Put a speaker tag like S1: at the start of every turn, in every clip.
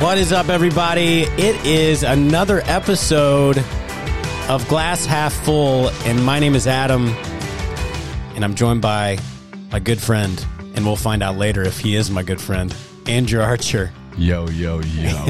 S1: What is up, everybody? It is another episode of Glass Half Full, and my name is Adam, and I'm joined by my good friend, and we'll find out later if he is my good friend, Andrew Archer.
S2: Yo, yo, yo.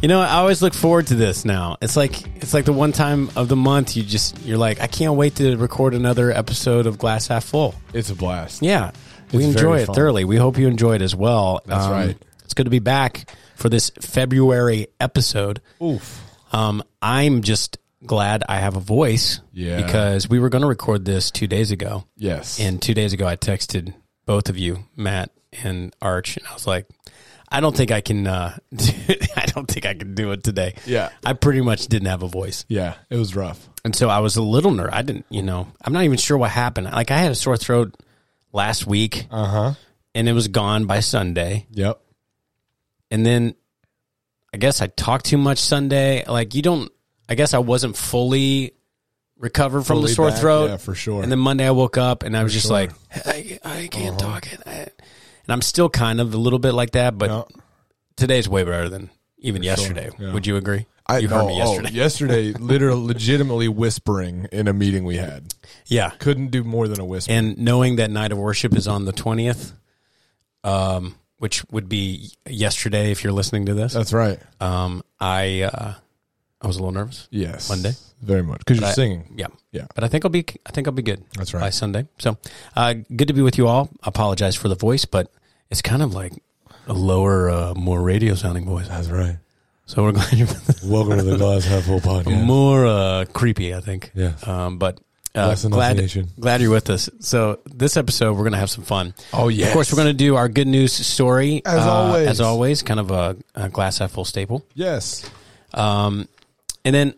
S1: You know, I always look forward to this now. It's like it's like the one time of the month you just you're like, I can't wait to record another episode of Glass Half Full.
S2: it's a blast.
S1: Yeah. we
S2: It's
S1: enjoy
S2: very
S1: it
S2: fun.
S1: thoroughly. We hope you enjoy it as well. Um,
S2: That's right.
S1: It's good to be back for this February episode.
S2: Oof.
S1: Um, I'm just glad I have a voice.
S2: Yeah.
S1: Because we were going to record this two days ago.
S2: Yes.
S1: And two days ago, I texted both of you, Matt and Arch, and I was like, I don't think I can. Uh, I don't think I can do it today.
S2: Yeah.
S1: I pretty much didn't have a voice,
S2: yeah, it was rough.
S1: and so I was a little nervous. I didn't, you know, I'm not even sure what happened. Like I had a sore throat last week,
S2: Uh huh.
S1: and it was gone by Sunday.
S2: Yep.
S1: and then I guess I talked too much Sunday. Like you don't. I guess I wasn't fully recovered from the
S2: Fully
S1: sore
S2: back,
S1: throat.
S2: yeah, for sure.
S1: And then Monday I woke up and I was just
S2: sure. Uh-huh.
S1: like, I, I can't talk it. I, and I'm still kind of a little bit like that, but
S2: No,
S1: today's way better than even yesterday.
S2: yeah.
S1: Would you agree?
S2: I
S1: you
S2: no, oh, yesterday, literally, legitimately whispering in a meeting we had.
S1: yeah.
S2: Couldn't do more than a whisper.
S1: And knowing that night of worship is on the twentieth, um, which would be yesterday if you're listening to this,
S2: That's right.
S1: um, I uh, I was a little nervous.
S2: Yes.
S1: Monday?
S2: Very much. Because you're
S1: I-
S2: singing.
S1: Yeah.
S2: Yeah.
S1: But I think I'll be I think I'll be good.
S2: That's right.
S1: By Sunday. So, uh, good to be with you all. Apologize for the voice, but it's kind of like a lower, uh, more radio sounding voice.
S2: That's right.
S1: So we're glad you're
S2: Welcome to the Glass Half Full podcast.
S1: more uh, creepy, I think.
S2: Yeah.
S1: Um, but uh,
S2: Blessing of the
S1: glad
S2: nation.
S1: glad you're with us. So this episode we're gonna have some fun.
S2: Oh, yes.
S1: Of course, we're gonna do our good news story uh,
S2: As always.
S1: As always, kind of a, a glass half full staple.
S2: Yes.
S1: Um, and then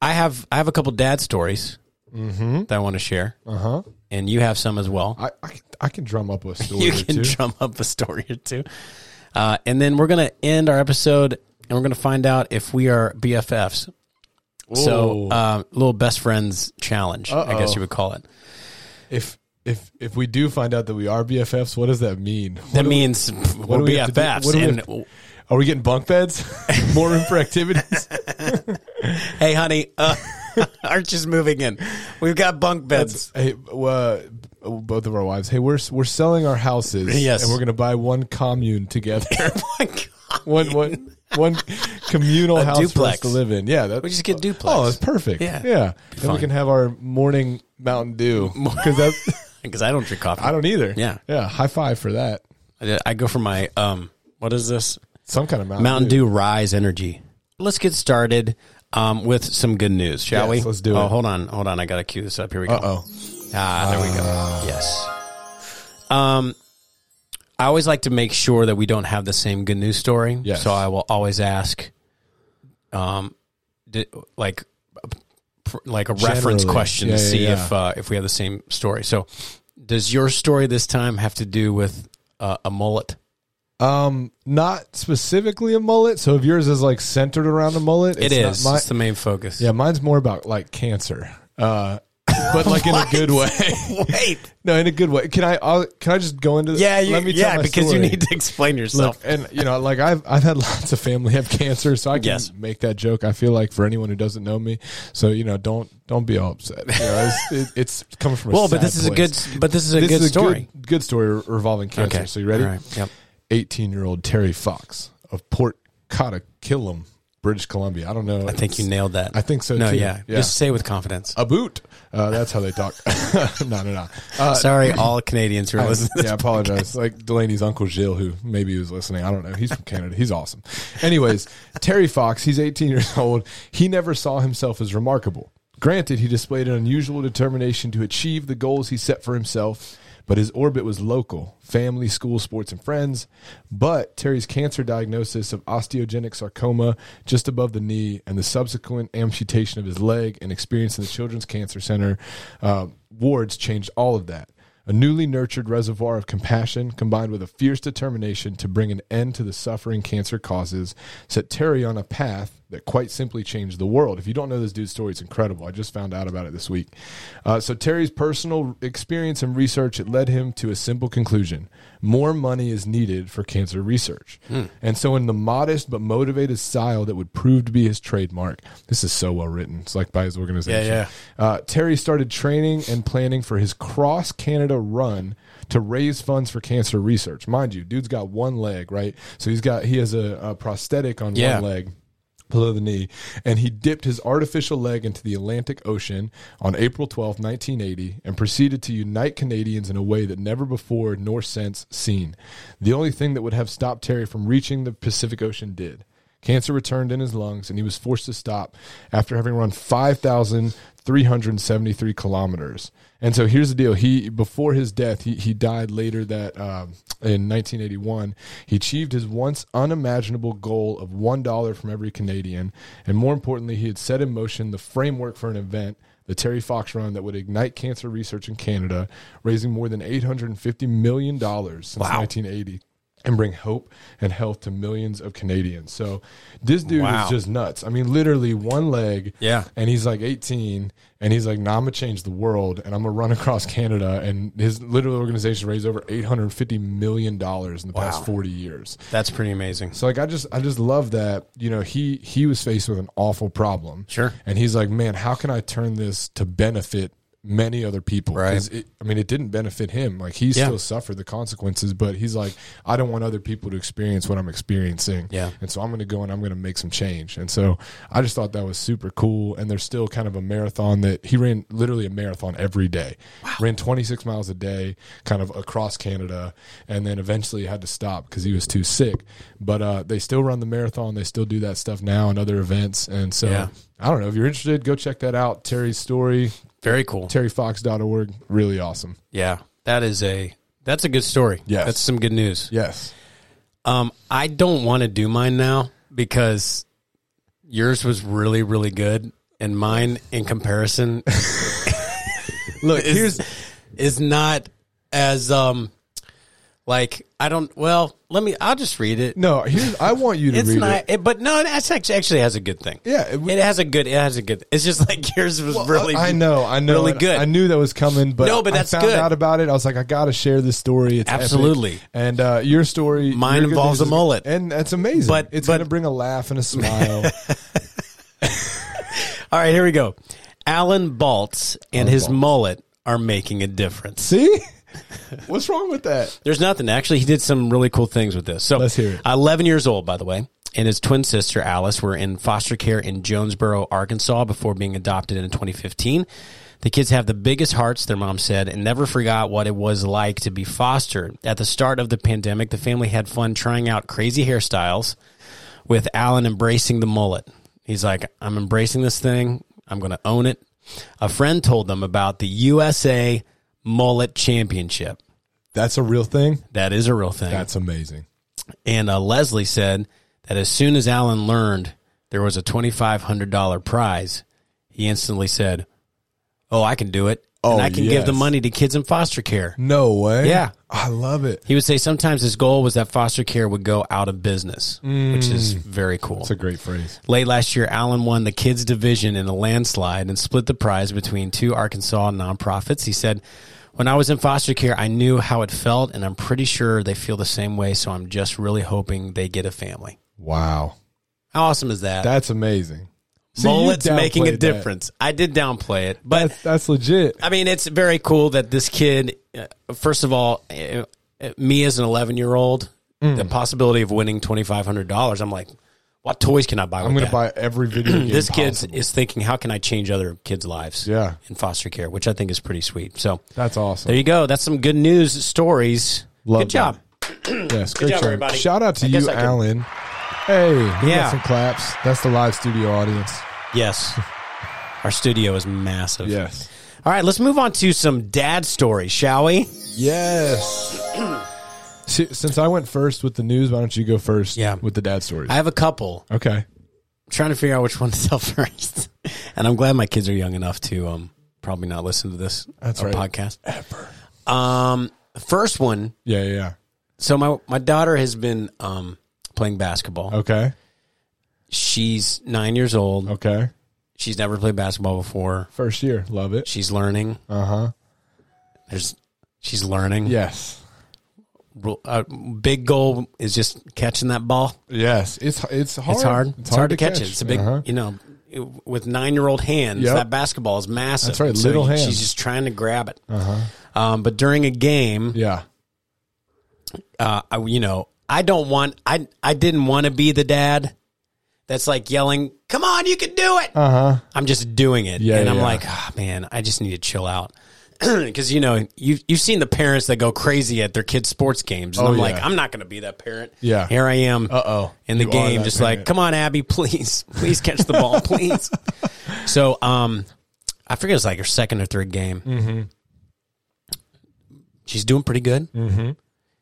S1: I have I have a couple dad stories that I want to share,
S2: Uh huh.
S1: and you have some as well.
S2: I, I, can- I can drum up a story
S1: You
S2: or
S1: can
S2: two.
S1: drum up a story or two, uh, and then we're gonna end our episode, and we're gonna find out if we are BFFs. So,
S2: Ooh.
S1: uh, little best friends challenge, I guess
S2: Uh-oh.
S1: you would call it.
S2: if if if we do find out that we are BFFs, what does that mean? What
S1: That
S2: do-
S1: means we're
S2: do we have to do?
S1: BFFs.
S2: What do we
S1: and
S2: have are we getting bunk beds? More room for activities?
S1: hey, honey, uh, Arch is moving in. We've got bunk beds.
S2: hey, uh, both of our wives. Hey, we're we're selling our houses.
S1: Yes.
S2: and we're gonna buy one commune together.
S1: Oh my God.
S2: one one one communal house
S1: duplex.
S2: for us to live in. Yeah, that,
S1: We just get duplex.
S2: Oh, that's perfect.
S1: Yeah.
S2: yeah. Then
S1: fine.
S2: we can have our morning Mountain Dew because that's
S1: Because I don't drink coffee.
S2: I don't either.
S1: Yeah.
S2: yeah. High five for that.
S1: I I go for my um what is this?
S2: Some kind of Mountain,
S1: Mountain Dew Rise Energy. Let's get started um with some good news, shall
S2: Yes,
S1: we?
S2: let's do
S1: oh,
S2: it.
S1: hold on, hold on. I gotta cue this up. Here we go.
S2: Uh oh.
S1: Ah, there we go. Yes. Um I always like to make sure that we don't have the same good news story.
S2: Yes.
S1: So I will always ask um di- like pr- like a reference
S2: Generally.
S1: question
S2: Yeah,
S1: to
S2: yeah,
S1: see
S2: yeah.
S1: if uh, if we have the same story. So does your story this time have to do with uh, a mullet?
S2: Um, not specifically a mullet. So if yours is like centered around a mullet,
S1: It
S2: not
S1: is.
S2: my-
S1: it's the main focus.
S2: yeah, mine's more about like cancer. Uh, but like in a good way.
S1: Wait.
S2: no, in a good way. Can I? I'll, can I just go into? The,
S1: Yeah, you,
S2: Let me tell
S1: yeah,
S2: my
S1: because
S2: story.
S1: you need to explain yourself.
S2: And you know, like I've I've had lots of family have cancer, so I can
S1: Yes.
S2: make that joke. I feel like for anyone who doesn't know me, so you know, don't don't be all upset. You know, it's, it, it's coming from. A
S1: well, but
S2: sad
S1: this is a
S2: place.
S1: good but this is a
S2: This
S1: good
S2: is a
S1: story.
S2: Good, good story re- revolving cancer. So you ready?
S1: All right. Yep.
S2: 18 year old Terry Fox of Port Cottakillam, British Columbia. I don't know.
S1: I think you nailed that.
S2: I think so
S1: No,
S2: too.
S1: yeah.
S2: Yeah.
S1: Just say it with confidence.
S2: A boot. Uh, that's how they talk. no, no, no. Uh,
S1: Sorry, all Canadians who are listening.
S2: yeah, I apologize. Like Delaney's uncle Jill, who maybe he was listening. I don't know. He's from Canada. He's awesome. Anyways, Terry Fox, he's 18 years old. He never saw himself as remarkable. Granted, he displayed an unusual determination to achieve the goals he set for himself, but his orbit was local family, school, sports, and friends. But Terry's cancer diagnosis of osteogenic sarcoma just above the knee and the subsequent amputation of his leg and experience in the Children's Cancer Center uh, wards changed all of that. A newly nurtured reservoir of compassion combined with a fierce determination to bring an end to the suffering cancer causes set Terry on a path that quite simply changed the world. If you don't know this dude's story, it's incredible. I just found out about it this week. Uh, so, Terry's personal experience and research it led him to a simple conclusion more money is needed for cancer research.
S1: Hmm.
S2: And so, in the modest but motivated style that would prove to be his trademark, this is so well written. It's like by his organization.
S1: Yeah, yeah.
S2: Uh, Terry started training and planning for his cross Canada run to raise funds for cancer research. Mind you, dude's got one leg, right? So he's got he has a, a prosthetic on
S1: Yeah.
S2: one leg below the knee, and he dipped his artificial leg into the Atlantic Ocean on April twelfth, 1980, and proceeded to unite Canadians in a way that never before nor since seen. The only thing that would have stopped Terry from reaching the Pacific Ocean did. Cancer returned in his lungs, and he was forced to stop after having run 5,373 kilometers. And so here's the deal: he before his death, he, he died later that um, in 1981. He achieved his once unimaginable goal of one dollar from every Canadian, and more importantly, he had set in motion the framework for an event the Terry Fox Run that would ignite cancer research in Canada, raising more than $850 million since 1980 and bring hope and health to millions of Canadians. So this dude
S1: Wow.
S2: is just nuts. I mean, literally one leg.
S1: Yeah.
S2: And he's like 18 and he's like, nah, I'm going to change the world and I'm going to run across Canada. And his literal organization raised over $850 million in the past 40 years.
S1: That's pretty amazing.
S2: So like I just I just love that you know he he was faced with an awful problem.
S1: Sure.
S2: And he's like, man, how can I turn this to benefit many other people?
S1: Right.
S2: 'Cause It, I mean, it didn't benefit him. Like he
S1: Yeah.
S2: still suffered the consequences, but he's like, I don't want other people to experience what I'm experiencing.
S1: Yeah.
S2: And so I'm going to go and I'm going to make some change. And so I just thought that was super cool. And there's still kind of a marathon that he ran literally a marathon every day. Ran 26 miles a day, kind of across Canada, and then eventually had to stop because he was too sick. But uh, they still run the marathon. They still do that stuff now and other events. And so
S1: Yeah.
S2: I don't know if you're interested, go check that out. Terry's story,
S1: Very cool.
S2: terryfox.org. Really awesome.
S1: Yeah, that is a that's a good story.
S2: Yes.
S1: that's some good news.
S2: Yes.
S1: Um, I don't want to do mine now because yours was really really good, and mine in comparison, look is,
S2: here's-
S1: is not as um like I don't. Well, let me. I'll just read it.
S2: No, here's, I want you to
S1: It's
S2: read
S1: not,
S2: it.
S1: it- but no, that's actually actually has a good thing.
S2: Yeah, it-
S1: it has a good. It has a good. It's just like yours was really.
S2: I, I know, I know,
S1: really
S2: and
S1: good.
S2: I knew that was coming, but
S1: No, but
S2: I
S1: that's
S2: found
S1: good.
S2: out about it. I was like, I got to share this story. It's epic.
S1: Absolutely.
S2: And uh, your story,
S1: Mine
S2: your good
S1: involves
S2: news
S1: a
S2: is-
S1: mullet.
S2: and that's amazing.
S1: But-
S2: But it's
S1: but-
S2: going to bring a laugh and a smile.
S1: All right, here we go. Alan Baltz and his
S2: Baltz.
S1: mullet are making a difference.
S2: See, what's wrong with that?
S1: There's nothing. Actually, he did some really cool things with this. So,
S2: Let's hear it.
S1: 11 years old, by the way, and his twin sister Alice were in foster care in Jonesboro, Arkansas, before being adopted in 2015. The kids have the biggest hearts, their mom said, and never forgot what it was like to be fostered. At the start of the pandemic, the family had fun trying out crazy hairstyles, with Alan embracing the mullet. He's like, I'm embracing this thing. I'm going to own it. A friend told them about the USA Mullet Championship.
S2: That's a real thing.
S1: That is a real thing.
S2: That's amazing.
S1: And uh, Leslie said that as soon as Alan learned there was a $2,500 prize, he instantly said, Oh, I can do it.
S2: Oh,
S1: and I can give the
S2: yes.
S1: money to kids in foster care.
S2: No way.
S1: Yeah.
S2: I love it.
S1: He would say sometimes his goal was that foster care would go out of business, which is very cool.
S2: It's Mm. a great phrase.
S1: Late last year, Allen won the kids division in a landslide and split the prize between two Arkansas nonprofits. He said, When I was in foster care, I knew how it felt, and I'm pretty sure they feel the same way, so I'm just really hoping they get a family.
S2: Wow,
S1: How awesome is that?
S2: that's amazing. See, you
S1: Mullet's making
S2: downplayed
S1: a
S2: that.
S1: difference. I did downplay it, but
S2: That's, that's legit.
S1: I mean, it's very cool that this kid, uh, first of all, uh, uh, me as an 11 year old,
S2: Mm.
S1: the possibility of winning $2,500, I'm like, what toys can I buy?
S2: I'm
S1: with
S2: going
S1: that?
S2: to buy every video game.
S1: this kid
S2: possible.
S1: is thinking, how can I change other kids' lives?
S2: Yeah.
S1: in foster care, which I think is pretty sweet. So
S2: That's awesome.
S1: there you go. That's some good news stories.
S2: Love
S1: good job.
S2: Yes, great
S1: job,
S2: job.
S1: everybody.
S2: Shout out to
S1: I guess
S2: you,
S1: I can-
S2: Alan. Hey, we
S1: Yeah.
S2: got some claps. That's the live studio audience.
S1: Yes, our studio is massive.
S2: Yes.
S1: All right, let's move on to some dad stories, shall we?
S2: Yes. Si- Since I went first with the news, why don't you go first
S1: Yeah.
S2: with the dad stories?
S1: I have a couple.
S2: okay.
S1: I'm trying to figure out which one to tell first, and I'm glad my kids are young enough to um probably not listen to this
S2: That's
S1: our
S2: right.
S1: podcast. Um, first one.
S2: Yeah, yeah,
S1: So my my daughter has been um playing basketball.
S2: yeah. Okay.
S1: She's nine years old.
S2: Okay.
S1: She's never played basketball before.
S2: First year. Love it.
S1: She's learning.
S2: Uh huh.
S1: There's she's learning.
S2: Yes.
S1: Ru- uh, big goal is just catching that ball.
S2: Yes. It's it's hard.
S1: It's hard. It's, hard, to catch. it. It's a big,
S2: Uh-huh.
S1: you know, it- with nine year old hands,
S2: Yep.
S1: that basketball is massive.
S2: That's right,
S1: So
S2: little
S1: you-
S2: hands. Uh-huh.
S1: She's just trying to grab it. Um, but during a game,
S2: Yeah.
S1: uh, I, you know, I don't want. I I didn't want to be the dad that's like yelling, "Come on, you can do it!"
S2: Uh huh.
S1: I'm just doing it,
S2: Yeah,
S1: and I'm
S2: yeah.
S1: like, oh, man, I just need to chill out. Because you know you you've seen the parents that go crazy at their kids' sports games, and
S2: Oh,
S1: I'm like,
S2: yeah.
S1: I'm not going to be that parent.
S2: Yeah. Oh,
S1: here I am.
S2: Uh-oh.
S1: in the
S2: You are
S1: game,
S2: that
S1: just like,
S2: parent.
S1: come on, Abby, please, please catch the ball, please. so, um, I forget it was like her second or third game. Mm-hmm. She's doing pretty good. Mm-hmm.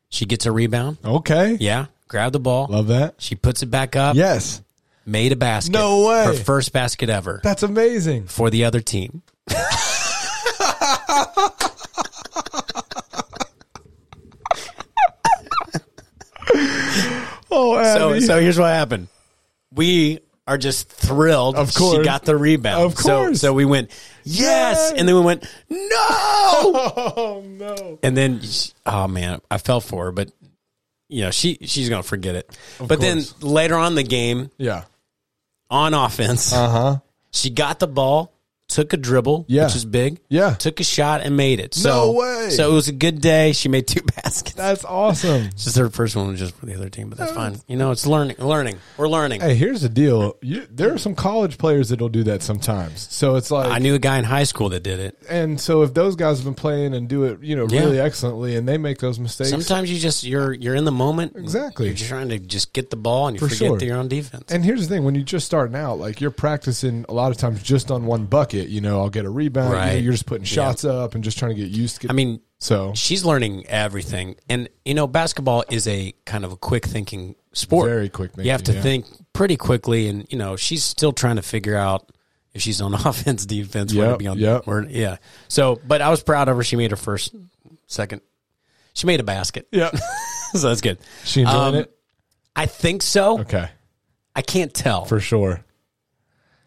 S1: She gets a rebound.
S2: Okay.
S1: Yeah, grab the ball.
S2: Love that.
S1: She puts it back up.
S2: Yes.
S1: made a basket.
S2: No way.
S1: Her first basket ever
S2: That's amazing.
S1: for the other team.
S2: Oh,
S1: So,
S2: Abby.
S1: so here's what happened. We are just thrilled.
S2: Of course.
S1: she got the rebound.
S2: Of
S1: So,
S2: course.
S1: so we went yes,
S2: Yay.
S1: and then we went no,
S2: oh no.
S1: and then she- oh man, I fell for her, but you know she she's gonna forget it. but
S2: course.
S1: then later on in the game,
S2: Yeah.
S1: on offense,
S2: Uh huh.
S1: she got the ball, took a dribble,
S2: Yeah.
S1: which is big,
S2: Yeah.
S1: took a shot and made it. So,
S2: No way.
S1: So it was a good day. She made two baskets.
S2: That's awesome.
S1: Just her first one was just for the other team, but that's fine. You know, it's learning. Learning. We're learning.
S2: Hey, here's the deal. You, there are some college players that'll do that sometimes. So it's like,
S1: I knew a guy in high school that did it.
S2: and so if those guys have been playing and do it, you know,
S1: Yeah.
S2: really excellently, and they make those mistakes,
S1: Sometimes you just you're you're in the moment. and
S2: Exactly.
S1: You're just trying to just get the ball and you
S2: For
S1: forget
S2: sure.
S1: that you're on defense.
S2: And here's the thing: when you're just starting out, like you're practicing a lot of times just on one bucket. You know, I'll get a rebound. you know,
S1: Right.
S2: you're just putting shots up and just trying to get used to. Get,
S1: I mean,
S2: so
S1: she's learning everything, and you know, basketball is a kind of a quick thinking sport.
S2: very quick.
S1: you have to
S2: thinking, yeah.
S1: think pretty quickly, and you know, she's still trying to figure out if she's on offense, defense, where to
S2: Yep,
S1: be on.
S2: yep.
S1: where- yeah. So, but I was proud of her. She made her first, second. She made a basket,
S2: Yeah,
S1: so that's good.
S2: she enjoying
S1: Um,
S2: it.
S1: I think so.
S2: Okay,
S1: I can't tell.
S2: for sure,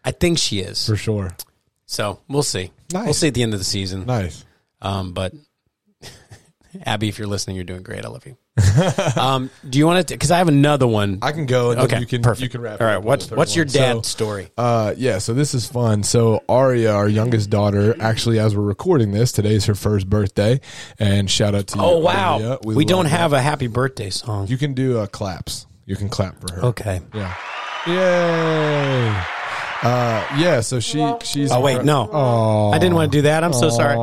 S1: I think she is.
S2: for sure.
S1: So we'll see.
S2: Nice.
S1: We'll see at the end of the season.
S2: Nice.
S1: Um, but Abby, if you're listening, you're doing great. I love you. um, do you want to? Because I have another one.
S2: I can go. And
S1: okay,
S2: then you can
S1: perfect.
S2: you can wrap.
S1: All
S2: it
S1: right.
S2: up with
S1: What's
S2: the third
S1: what's your
S2: one.
S1: dad
S2: So,
S1: story?
S2: Uh, yeah, so this is fun. So Aria, our youngest daughter, actually, as we're recording this, today's her first birthday, and shout out to you.
S1: Oh wow,
S2: Aria.
S1: we,
S2: love
S1: don't
S2: that.
S1: have a happy birthday song.
S2: You can do uh, claps. You can clap for her.
S1: okay.
S2: Yeah. Yay. Uh, yeah. So she she's.
S1: Oh wait, no,
S2: Aw.
S1: I didn't want to do that. I'm so sorry.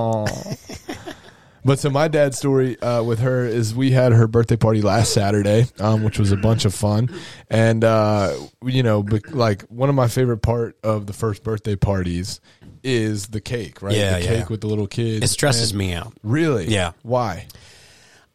S2: But so my dad's story uh, with her is we had her birthday party last Saturday, um, which was a bunch of fun, and uh, you know, bec- like one of my favorite part of the first birthday parties is the cake, right?
S1: Yeah,
S2: the
S1: yeah.
S2: cake with the little kids.
S1: It stresses
S2: And-
S1: me out.
S2: Really?
S1: Yeah.
S2: Why?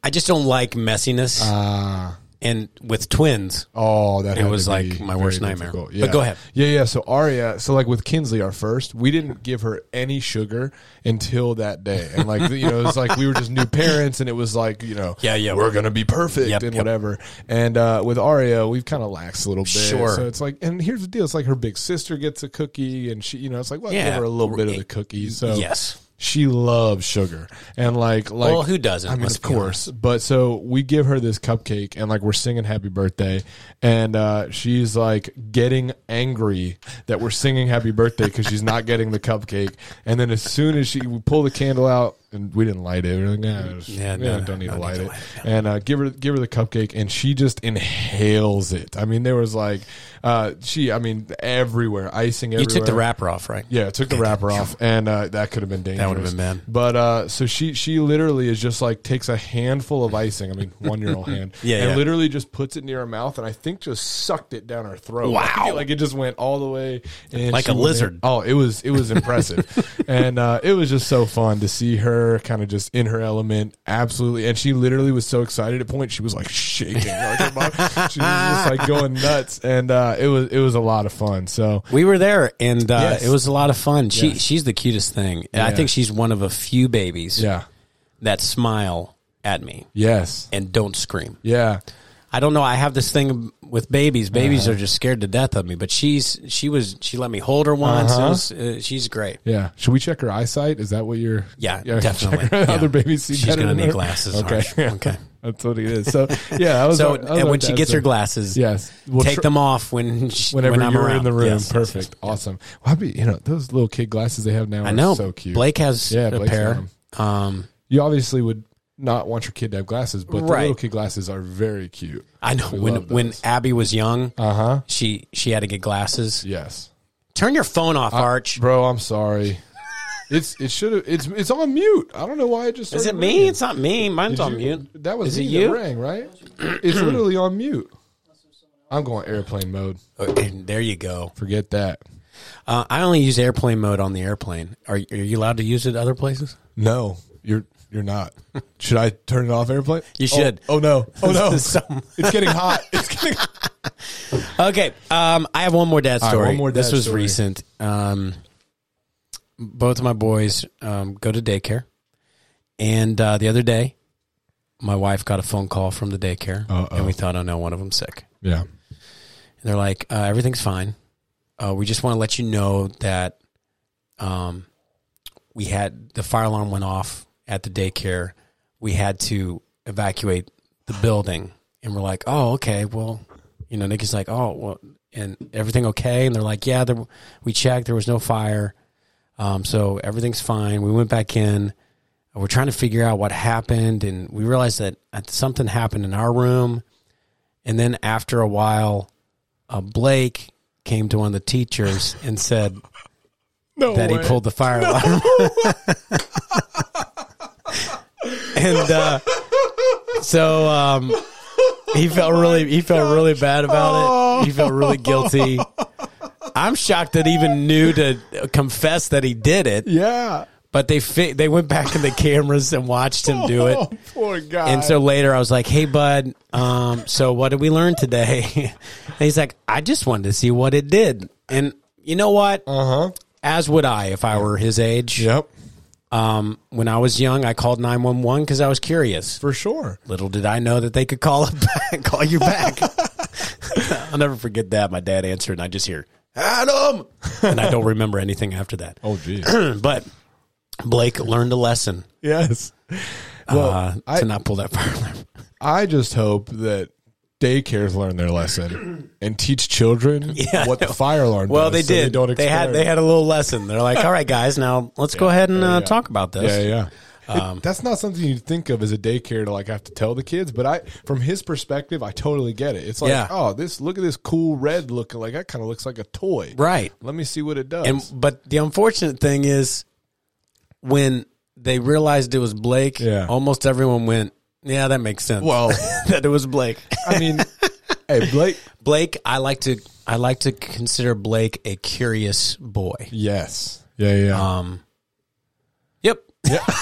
S1: I just don't like messiness,
S2: Uh,
S1: and with twins,
S2: Oh, that
S1: It
S2: had
S1: was,
S2: to
S1: like,
S2: be
S1: my
S2: very
S1: worst nightmare.
S2: difficult.
S1: But go ahead.
S2: Yeah, yeah. So Aria, so like with Kinsley, our first, we didn't give her any sugar until that day, and like you know, it's like we were just new parents, and it was like you know,
S1: Yeah, yeah.
S2: we're gonna be perfect
S1: Yep,
S2: and
S1: yep.
S2: whatever. And uh, with Aria, we've kind of laxed a little bit.
S1: Sure.
S2: So it's like, and here's the deal: it's like her big sister gets a cookie, and she, you know, it's like well,
S1: Yeah.
S2: give her a little bit of the cookie. So
S1: yes.
S2: she loves sugar and like like
S1: Well, who doesn't?
S2: I mean,
S1: Let's
S2: of
S1: be
S2: course. But so we give her this cupcake and like we're singing happy birthday and uh she's like getting angry that we're singing happy birthday cuz she's not getting the cupcake and then as soon as she we pull the candle out and we didn't light it. We were like, nah, it was-
S1: Yeah,
S2: we
S1: no,
S2: don't, don't need
S1: no
S2: to
S1: need
S2: light
S1: to
S2: it.
S1: light it.
S2: And uh, give her give her the cupcake and she just inhales it. I mean, there was like uh she I mean everywhere, icing everywhere.
S1: You took the wrapper off, right?
S2: Yeah, it took the wrapper off, and uh, that could have been dangerous.
S1: would've been bad.
S2: But uh, so she she literally is just like takes a handful of icing. I mean, one year old hand.
S1: Yeah,
S2: and
S1: yeah.
S2: literally just puts it near her mouth, and I think just sucked it down her throat.
S1: Wow.
S2: like, it just went all the way, and
S1: Like
S2: she
S1: a
S2: went in.
S1: lizard.
S2: Oh, it was it was impressive, and uh, it was just so fun to see her kind of just in her element, absolutely. And she literally was so excited. At point, she was like shaking, like her mom, she was just like going nuts, and uh, it was it was a lot of fun. So
S1: We were there, and uh,
S2: Yes.
S1: it was a lot of fun. She
S2: Yes.
S1: she's the cutest thing. And I
S2: Yeah.
S1: think she's one of a few babies
S2: yeah,
S1: that smile at me
S2: yes.
S1: and don't scream.
S2: Yeah.
S1: I don't know. I have this thing with babies. Babies
S2: Uh-huh.
S1: are just scared to death of me. But she's she was she let me hold her once. It
S2: Uh-huh.
S1: was, uh, she's great.
S2: Yeah. Should we check her eyesight? Is that what you're?
S1: Yeah,
S2: okay,
S1: definitely.
S2: check her-
S1: Yeah.
S2: Other babies see
S1: She's
S2: better
S1: gonna
S2: than
S1: need
S2: her.
S1: glasses,
S2: Okay.
S1: Arch. Okay.
S2: That's what it is. So yeah, I was
S1: So
S2: on- I was
S1: and
S2: on
S1: when she
S2: Dad's
S1: gets her
S2: side.
S1: glasses,
S2: Yes. We'll
S1: take
S2: tr-
S1: them off when she,
S2: Whenever
S1: when I'm
S2: you're
S1: around.
S2: in the room,
S1: Yes, yes,
S2: perfect,
S1: yes.
S2: awesome. Well, I'd be, you know, those little kid glasses they have now
S1: I
S2: are
S1: know.
S2: so cute.
S1: Blake has
S2: Yeah,
S1: a
S2: Blake's
S1: pair.
S2: got
S1: Um,
S2: you obviously would not want your kid to have glasses, but the
S1: Right.
S2: little kid glasses are very cute.
S1: I know when
S2: love
S1: when
S2: those.
S1: Abby was young,
S2: Uh huh.
S1: she she had to get glasses.
S2: Yes,
S1: Turn your phone off,
S2: Uh,
S1: Arch.
S2: bro. I'm sorry. It's it should have it's it's on mute. I don't know why it just
S1: Is it
S2: started
S1: me?
S2: ringing.
S1: It's not me. Mine's
S2: Did
S1: on
S2: you-
S1: mute.
S2: That was
S1: Is it
S2: me that
S1: you?
S2: rang, right? it's literally on mute. I'm going airplane mode.
S1: Okay, there you go.
S2: Forget that.
S1: Uh, I only use airplane mode on the airplane. Are, are you allowed to use it other places?
S2: No, you're you're not. Should I turn it off airplane?
S1: You should.
S2: Oh, oh no. Oh no.
S1: So-
S2: it's getting hot. It's getting
S1: okay, um, I have one more dad
S2: right,
S1: story.
S2: one more dad
S1: this was
S2: story.
S1: recent. Um, both of my boys um, go to daycare, and uh, the other day, my wife got a phone call from the daycare,
S2: Uh-oh.
S1: and we thought, oh no, one of them's sick.
S2: Yeah.
S1: And they're like, uh, everything's fine. Uh, we just want to let you know that um, we had the fire alarm went off at the daycare. We had to evacuate the building. And we're like, oh, okay. Well, you know, Nikki's like, oh, well, and everything okay? And they're like, yeah, there, we checked. There was no fire. Um, so everything's fine. We went back in. We're trying to figure out what happened. And we realized that uh, something happened in our room. And then after a while, uh, Blake came to one of the teachers and said
S2: No.
S1: that
S2: way.
S1: he pulled the fire alarm. and uh, so um, he felt really he felt really bad about it. He felt really guilty. I'm shocked that he even knew to confess that he did it,
S2: Yeah.
S1: but they fi- they went back in the cameras and watched him do it.
S2: Oh, poor guy.
S1: And so later I was like, "Hey bud, um, so what did we learn today?" and he's like, "I just wanted to see what it did." And you know what?
S2: uh huh.
S1: As would I if I were his age.
S2: Yep.
S1: Um, when I was young, I called 911 cuz I was curious.
S2: For sure.
S1: Little did I know that they could call back, call you back. I'll never forget that. My dad answered and I just hear, "Adam." And I don't remember anything after that.
S2: Oh geez.
S1: but Blake learned a lesson
S2: yes. Well,
S1: uh,
S2: I-
S1: to not pull that fire alarm.
S2: I just hope that daycares learn their lesson and teach children
S1: Yeah, I
S2: what the
S1: know.
S2: fire alarm.
S1: Well,
S2: does
S1: they
S2: so
S1: did. They,
S2: don't
S1: had they
S2: explode.
S1: had a little lesson. They're like, all right, guys, now let's go ahead and uh,
S2: yeah.
S1: talk about this.
S2: Yeah, yeah. It- that's not something you think of as a daycare to like have to tell the kids, but I, from his perspective, I totally get it. It's like,
S1: Yeah.
S2: oh, this look at this cool red looking like that kind of looks like a toy,
S1: Right.
S2: Let me see what it does.
S1: And but the unfortunate thing is when they realized it was Blake,
S2: Yeah.
S1: almost everyone went, Yeah, that makes sense.
S2: well,
S1: that it was Blake.
S2: I mean, hey, Blake,
S1: Blake, I like to I like to consider Blake a curious boy.
S2: yes, yeah, yeah.
S1: Um Yep. All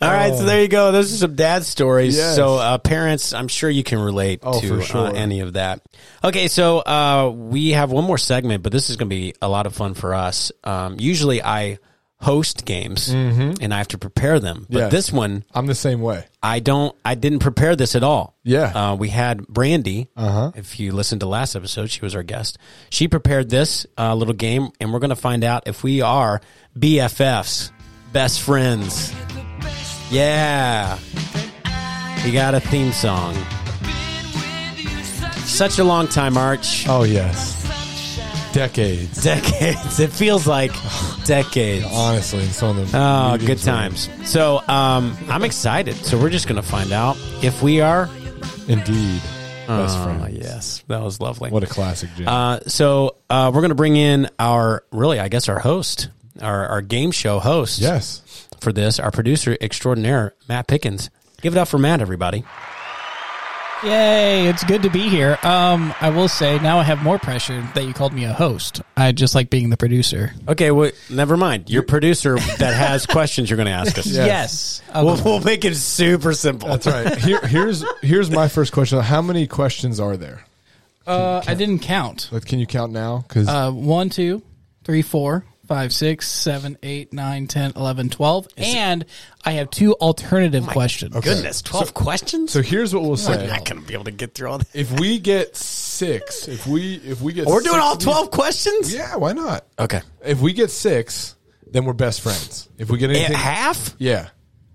S1: right, so there you go. Those are some dad stories.
S2: Yes.
S1: So, uh, parents, I'm sure you can relate
S2: Oh,
S1: to uh,
S2: for sure.
S1: any of that. Okay, so uh, we have one more segment, but this is going to be a lot of fun for us. Um, usually, I host games and I have to prepare them, but
S2: Mm-hmm. Yes.
S1: this one,
S2: I'm the same way.
S1: I don't. I didn't prepare this at all.
S2: Yeah.
S1: uh, we had Brandy. If you listened to last episode, she was our guest. She prepared this uh, little game, and we're going to find out if we are BFFs, best friends. Yeah, we got a theme song. Such a long time, Arch.
S2: Oh yes, decades.
S1: Decades. It feels like decades.
S2: Honestly, and some of the
S1: Oh,
S2: meetings
S1: good
S2: were-
S1: times. So um, I'm excited. So we're just going to find out if we are
S2: Indeed, best
S1: Oh,
S2: friend.
S1: yes, that was lovely.
S2: What a classic, Jim.
S1: uh, so uh, we're going to bring in our really, I guess, our host, our our game show host,
S2: yes,
S1: for this, our producer extraordinaire, Matt Pickens. Give it up for Matt, everybody.
S3: Yay, it's good to be here. Um, I will say now I have more pressure that you called me a host. I just like being the producer.
S1: Okay, well, never mind. Your producer that has questions you're going to ask us.
S3: Yes. Okay.
S1: We'll, we'll make it super simple.
S2: that's right. Here, here's here's my first question. How many questions are there?
S3: uh, I didn't count.
S2: Like, Can you count now? Because
S3: Uh, one, two, three, four, five, six, seven, eight, nine, 10, 11, 12. and I have two alternative questions.
S1: Goodness, 12 questions?
S2: So here's what we'll
S1: I'm
S2: say:
S1: not going to be able to get through all that. Oh,
S2: if we get six, if we if we get,
S1: We're doing
S2: six-
S1: all 12 questions?
S2: Yeah, why not?
S1: Okay.
S2: If we get six, then we're best friends. If we get
S1: At
S2: anything,
S1: Eh, half?
S2: yeah.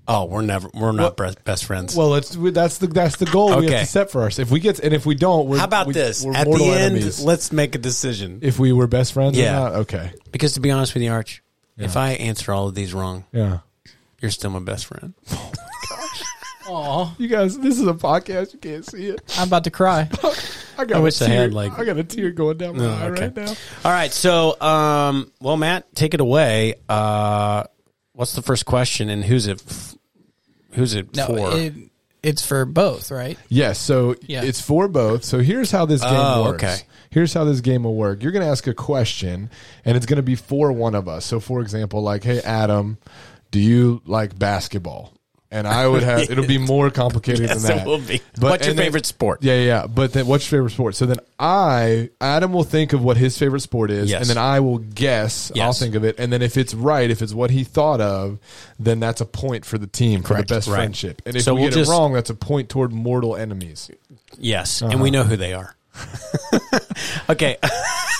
S1: Oh, we're never, we're not bre- best friends.
S2: Well, it's we- that's the that's the goal we
S1: Okay.
S2: have to set for us. If we get and if we don't, we're,
S1: How about
S2: we,
S1: this?
S2: We're
S1: At
S2: mortal
S1: the end,
S2: enemies.
S1: let's make a decision.
S2: if we were best friends,
S1: Yeah.
S2: or not, okay,
S1: Because to be honest with you, Arch, if I answer all of these wrong,
S2: yeah.
S1: you're still my best friend.
S3: Aw,
S2: You guys, this is a podcast. You can't see it.
S3: I'm about to cry.
S2: I got
S1: I
S2: a
S1: wish I
S2: tear.
S1: had, like- Oh,
S2: I got a tear going down my eye
S1: okay.
S2: right now.
S1: All right. So, um, well, Matt, take it away. Uh, what's the first question and who's it? F- who's it
S3: No,
S1: for?
S3: it, it's for both, right?
S2: Yes, so
S3: Yeah.
S2: it's for both. So here's how this game
S1: Oh,
S2: works.
S1: okay.
S2: Here's how this game will work. You're going to ask a question, and it's going to be for one of us. So, for example, like, "Hey, Adam, do you like basketball?" And I would have it'll be more complicated
S1: Yes,
S2: than
S1: it
S2: that.
S1: will be. What's your
S2: and then-
S1: favorite sport?
S2: Yeah, yeah, yeah. But then, what's your favorite sport? So then, I Adam will think of what his favorite sport is,
S1: Yes.
S2: and then I will guess. I'll
S1: Yes.
S2: think of it, and then if it's right, if it's what he thought of, then that's a point for the team for
S1: Correct.
S2: the best
S1: Right.
S2: friendship. And if
S1: So
S2: we
S1: we'll
S2: get
S1: just-
S2: it wrong, that's a point toward mortal enemies.
S1: yes.
S2: Uh-huh.
S1: And we know who they are. okay.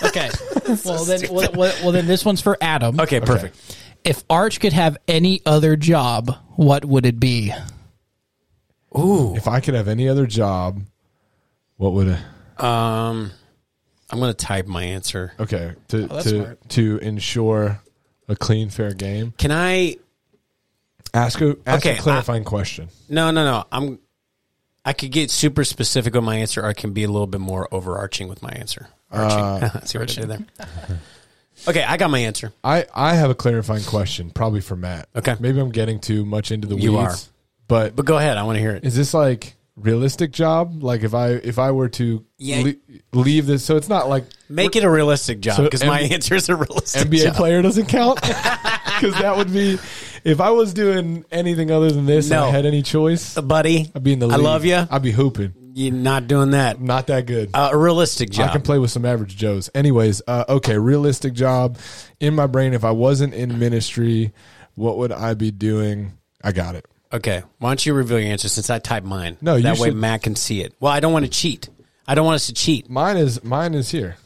S3: Okay. well, then, well, well, well, then this one's for Adam.
S1: Okay. Perfect.
S3: If Arch could have any other job, what would it be?
S1: Ooh.
S2: If I could have any other job, what would? I-
S1: Um, I'm going to type my answer.
S2: Okay, to
S3: Oh, that's
S2: to
S3: smart.
S2: to ensure a clean, fair game.
S1: Can I?
S2: Ask a ask
S1: Okay,
S2: a clarifying question.
S1: No, no, no. I'm. I could get super specific with my answer, or I can be a little bit more overarching with my answer. Arching. See what I did there? okay, I got my answer.
S2: I I have a clarifying question, probably for Matt.
S1: Okay.
S2: maybe I'm getting too much into the weeds.
S1: You are.
S2: but
S1: But go ahead. I want to hear it.
S2: is this like realistic job? Like if I if I were to
S1: Yeah.
S2: le- leave this, so it's not like
S1: Make it a realistic job
S2: So
S1: because my
S2: M-
S1: answer is a realistic
S2: NBA
S1: job.
S2: player doesn't count because that would be if I was doing anything other than this and I
S1: No.
S2: had any choice.
S1: buddy.
S2: I'd be in the.
S1: I
S2: League.
S1: love you.
S2: I'd be hooping.
S1: You're not doing that.
S2: Not that good.
S1: Uh, a realistic
S2: I
S1: job.
S2: can play with some average Joes. Anyways, uh, okay, realistic job. In my brain, if I wasn't in ministry, what would I be doing? I got it.
S1: okay, why don't you reveal your answer since I typed mine?
S2: No, you
S1: that way
S2: should-
S1: Matt can see it. Well, I don't want to cheat. I don't want us to cheat.
S2: Mine is mine is here.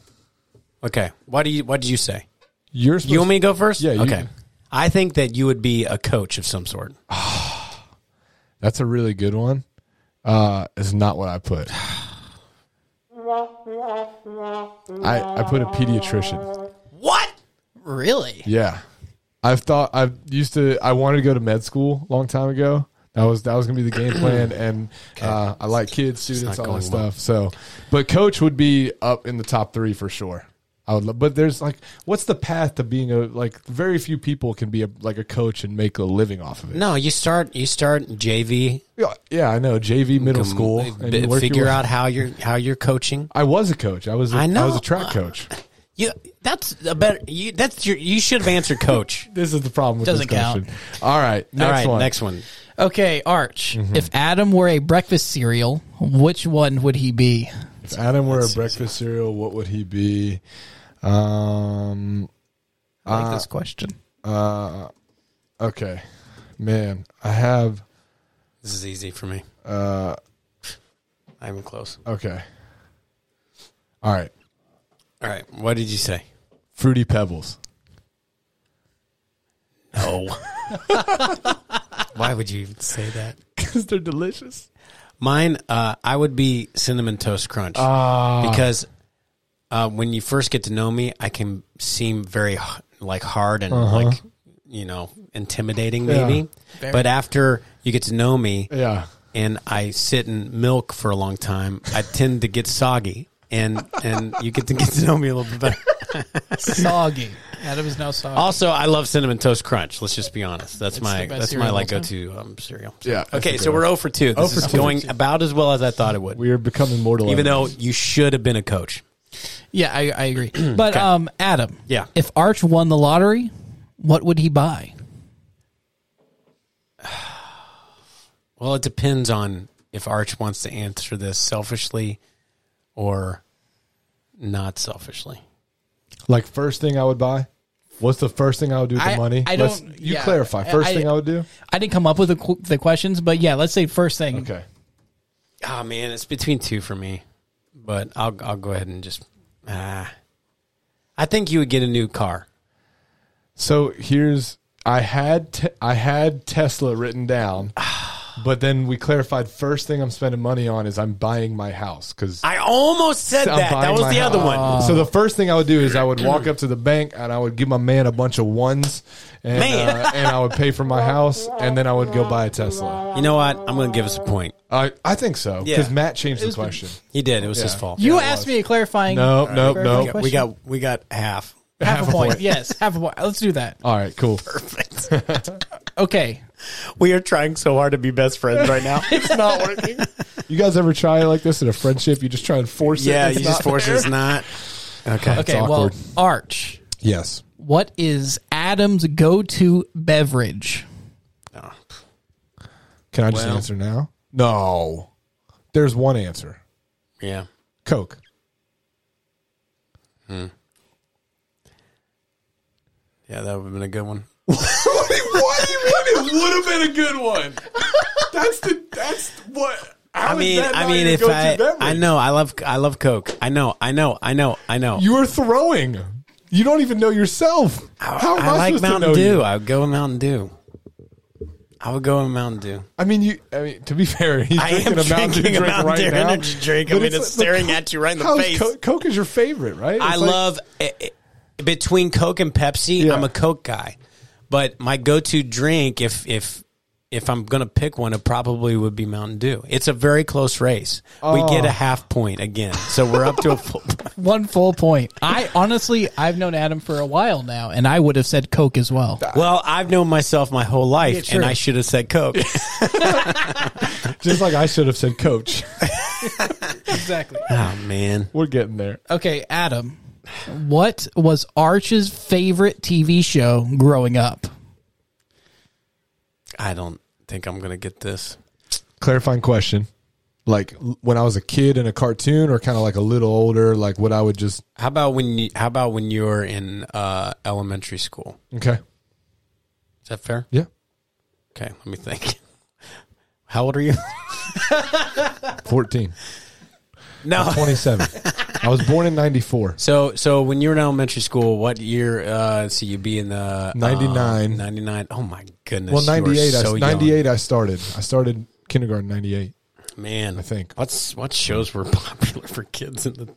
S1: Okay, why do you? What did you say?
S2: You're supposed
S1: You want me to go first?
S2: Yeah, you-
S1: okay. I think that you would be a coach of some sort.
S2: That's a really good one. Uh, it's not what I put. I, I put a pediatrician.
S1: What?
S3: Really?
S2: Yeah. I've thought I've used to I wanted to go to med school a long time ago. That was that was gonna be the game plan and uh, I like kids, students, all that
S1: going well.
S2: stuff. So but coach would be up in the top three for sure. I would love, but there's like what's the path to being a like very few people can be a, like a coach and make a living off of it.
S1: No, you start. You start JV.
S2: Yeah, Yeah, I know. J V middle school and
S1: b-
S2: you work your
S1: figure
S2: way-
S1: out how you're how you're coaching.
S2: I was a coach. I was a, I
S1: I know.
S2: was a track coach.
S1: You that's a better. You that's your. You should have answered coach.
S2: This is the problem with
S3: Doesn't
S2: this question. All right. Next
S1: All right,
S2: one.
S1: next one.
S3: Okay, Arch. If Adam were a breakfast cereal, which one would he be?
S2: If Adam were a breakfast cereal, what would he be? Um, uh,
S3: I like this question.
S2: okay. Man, I have
S1: This is easy for me. Uh, I'm even close.
S2: okay. All right.
S1: All right, what did you say?
S2: Fruity Pebbles.
S1: No. Why would you even say that?
S2: Cuz they're delicious.
S1: Mine, uh, I would be cinnamon toast crunch
S2: Ah.
S1: because uh, when you first get to know me, I can seem very h- like hard and like you know intimidating
S2: Uh-huh. Yeah.
S1: maybe.
S3: Very.
S1: But after you get to know me
S2: Yeah.
S1: and I sit in milk for a long time, I tend to get soggy and and you get to get to know me a little bit better.
S3: Soggy. Adam is now soggy.
S1: Also, I love cinnamon toast crunch. Let's just be honest. That's my
S3: the best
S1: that's my
S3: cereal
S1: like
S3: of all
S1: go
S3: time. Oh
S1: to um, cereal.
S2: Yeah, that's a
S1: Okay,
S2: good
S1: so
S2: one.
S1: we're 0 for 2. This
S2: for
S1: is
S2: 2.
S1: going about as well as I thought it would.
S2: We are becoming mortal.
S1: even though
S2: enemies.
S1: you should have been a coach.
S3: Yeah, I, I agree. But
S1: Okay.
S3: um, Adam,
S1: Yeah.
S3: if Arch won the lottery, what would he buy?
S1: Well, it depends on if Arch wants to answer this selfishly or not selfishly.
S2: like first thing I would buy What's the first thing I would do with
S3: I-
S2: the money?
S3: I
S2: Let's-
S3: don't-
S2: you
S3: yeah.
S2: clarify. First
S3: I-
S2: thing I would do.
S3: I didn't come up with the, qu- the questions, but yeah, let's say first thing.
S2: Okay.
S1: Oh man, it's between two for me, but I'll I'll go ahead and just. ah. I think you would get a new car.
S2: So here's I had te- I had Tesla written down, but then we clarified. First thing I'm spending money on is I'm buying my house because
S1: I almost said that. That was the other one.
S2: So the first thing I would do is I would walk up to the bank and I would give my man a bunch of ones, and
S1: Man.
S2: uh, and I would pay for my house, and then I would go buy a Tesla.
S1: You know what? I'm going to give us a point.
S2: I I think so because
S1: Yeah.
S2: Matt changed the question.
S1: He did. It was his
S2: Yeah.
S1: fault.
S3: You asked me a clarifying.
S2: No, no,
S3: clarifying
S2: no.
S1: Yeah, we got we got half.
S3: half, a point. yes, half a point. Let's do that.
S2: All right, cool.
S3: Okay.
S1: We are trying so hard to be best friends right now.
S2: It's not working. You guys ever try like this in a friendship? You just try and force it.
S1: yeah,
S2: and
S1: you
S2: it's
S1: just
S2: not
S1: force
S2: there?
S1: it's not. Okay.
S3: Okay. Well,
S2: awkward.
S3: Arch,
S2: Yes.
S3: what is Adam's go-to beverage?
S1: No.
S2: Can I just
S1: Well-
S2: answer now? No. There's one answer.
S1: Yeah.
S2: Coke.
S1: Yeah, that would have been a good one.
S2: what? It would have been a good one. That's the. That's what.
S1: I mean, I mean, if I, I know, I love, I love Coke. I know, I know, I know, I know.
S2: you are throwing. You don't even know yourself. How am I,
S1: I like
S2: supposed
S1: Mountain
S2: to know
S1: Dew.
S2: you?
S1: I would go with Mountain Dew. I would go with Mountain Dew.
S2: I mean, you. I mean, to be fair, he's
S1: I
S2: drinking
S1: am
S2: a Mountain Dew
S1: drinking a
S2: drink
S1: Mountain
S2: right
S1: Dew
S2: now.
S1: energy drink. I
S2: But
S1: mean, it's
S2: like-
S1: staring
S2: but
S1: at you right in the
S2: how's
S1: face.
S2: Coke, Coke is your favorite, right?
S1: I
S2: It's like-
S1: love eh, eh, between Coke and Pepsi.
S2: Yeah.
S1: I'm a Coke guy, but my go-to drink, if if if I'm gonna pick one, it probably would be Mountain Dew. It's a very close race. We
S2: Oh.
S1: get a half point again, so we're up to a full.
S3: One full point. I honestly, I've known Adam for a while now, and I would have said Coke as well.
S1: Well, I've known myself my whole life,
S3: true.
S1: and I should have said Coke.
S2: just like I should have said, Coach.
S3: Exactly.
S1: oh man,
S2: We're getting there.
S3: Okay, Adam, what was Arch's favorite TV show growing up?
S1: I don't think I'm gonna get this.
S2: clarifying question like l- when i was a kid in a cartoon or kind of like a little older like what i would just
S1: How about when you? How about when you were in uh, elementary school?
S2: okay
S1: Is that fair?
S2: yeah
S1: Okay, let me think. How old are you?
S2: 14
S1: no,
S2: 27 i was born in 94
S1: So, so when you were in elementary school, what year? Uh, so you'd be in the
S2: 99.
S1: um, 99. Oh my goodness.
S2: well
S1: you are
S2: 98
S1: so
S2: I,
S1: young.
S2: 98 i started i started kindergarten 98
S1: Man, I
S2: think.
S1: What's what shows were popular for kids in the?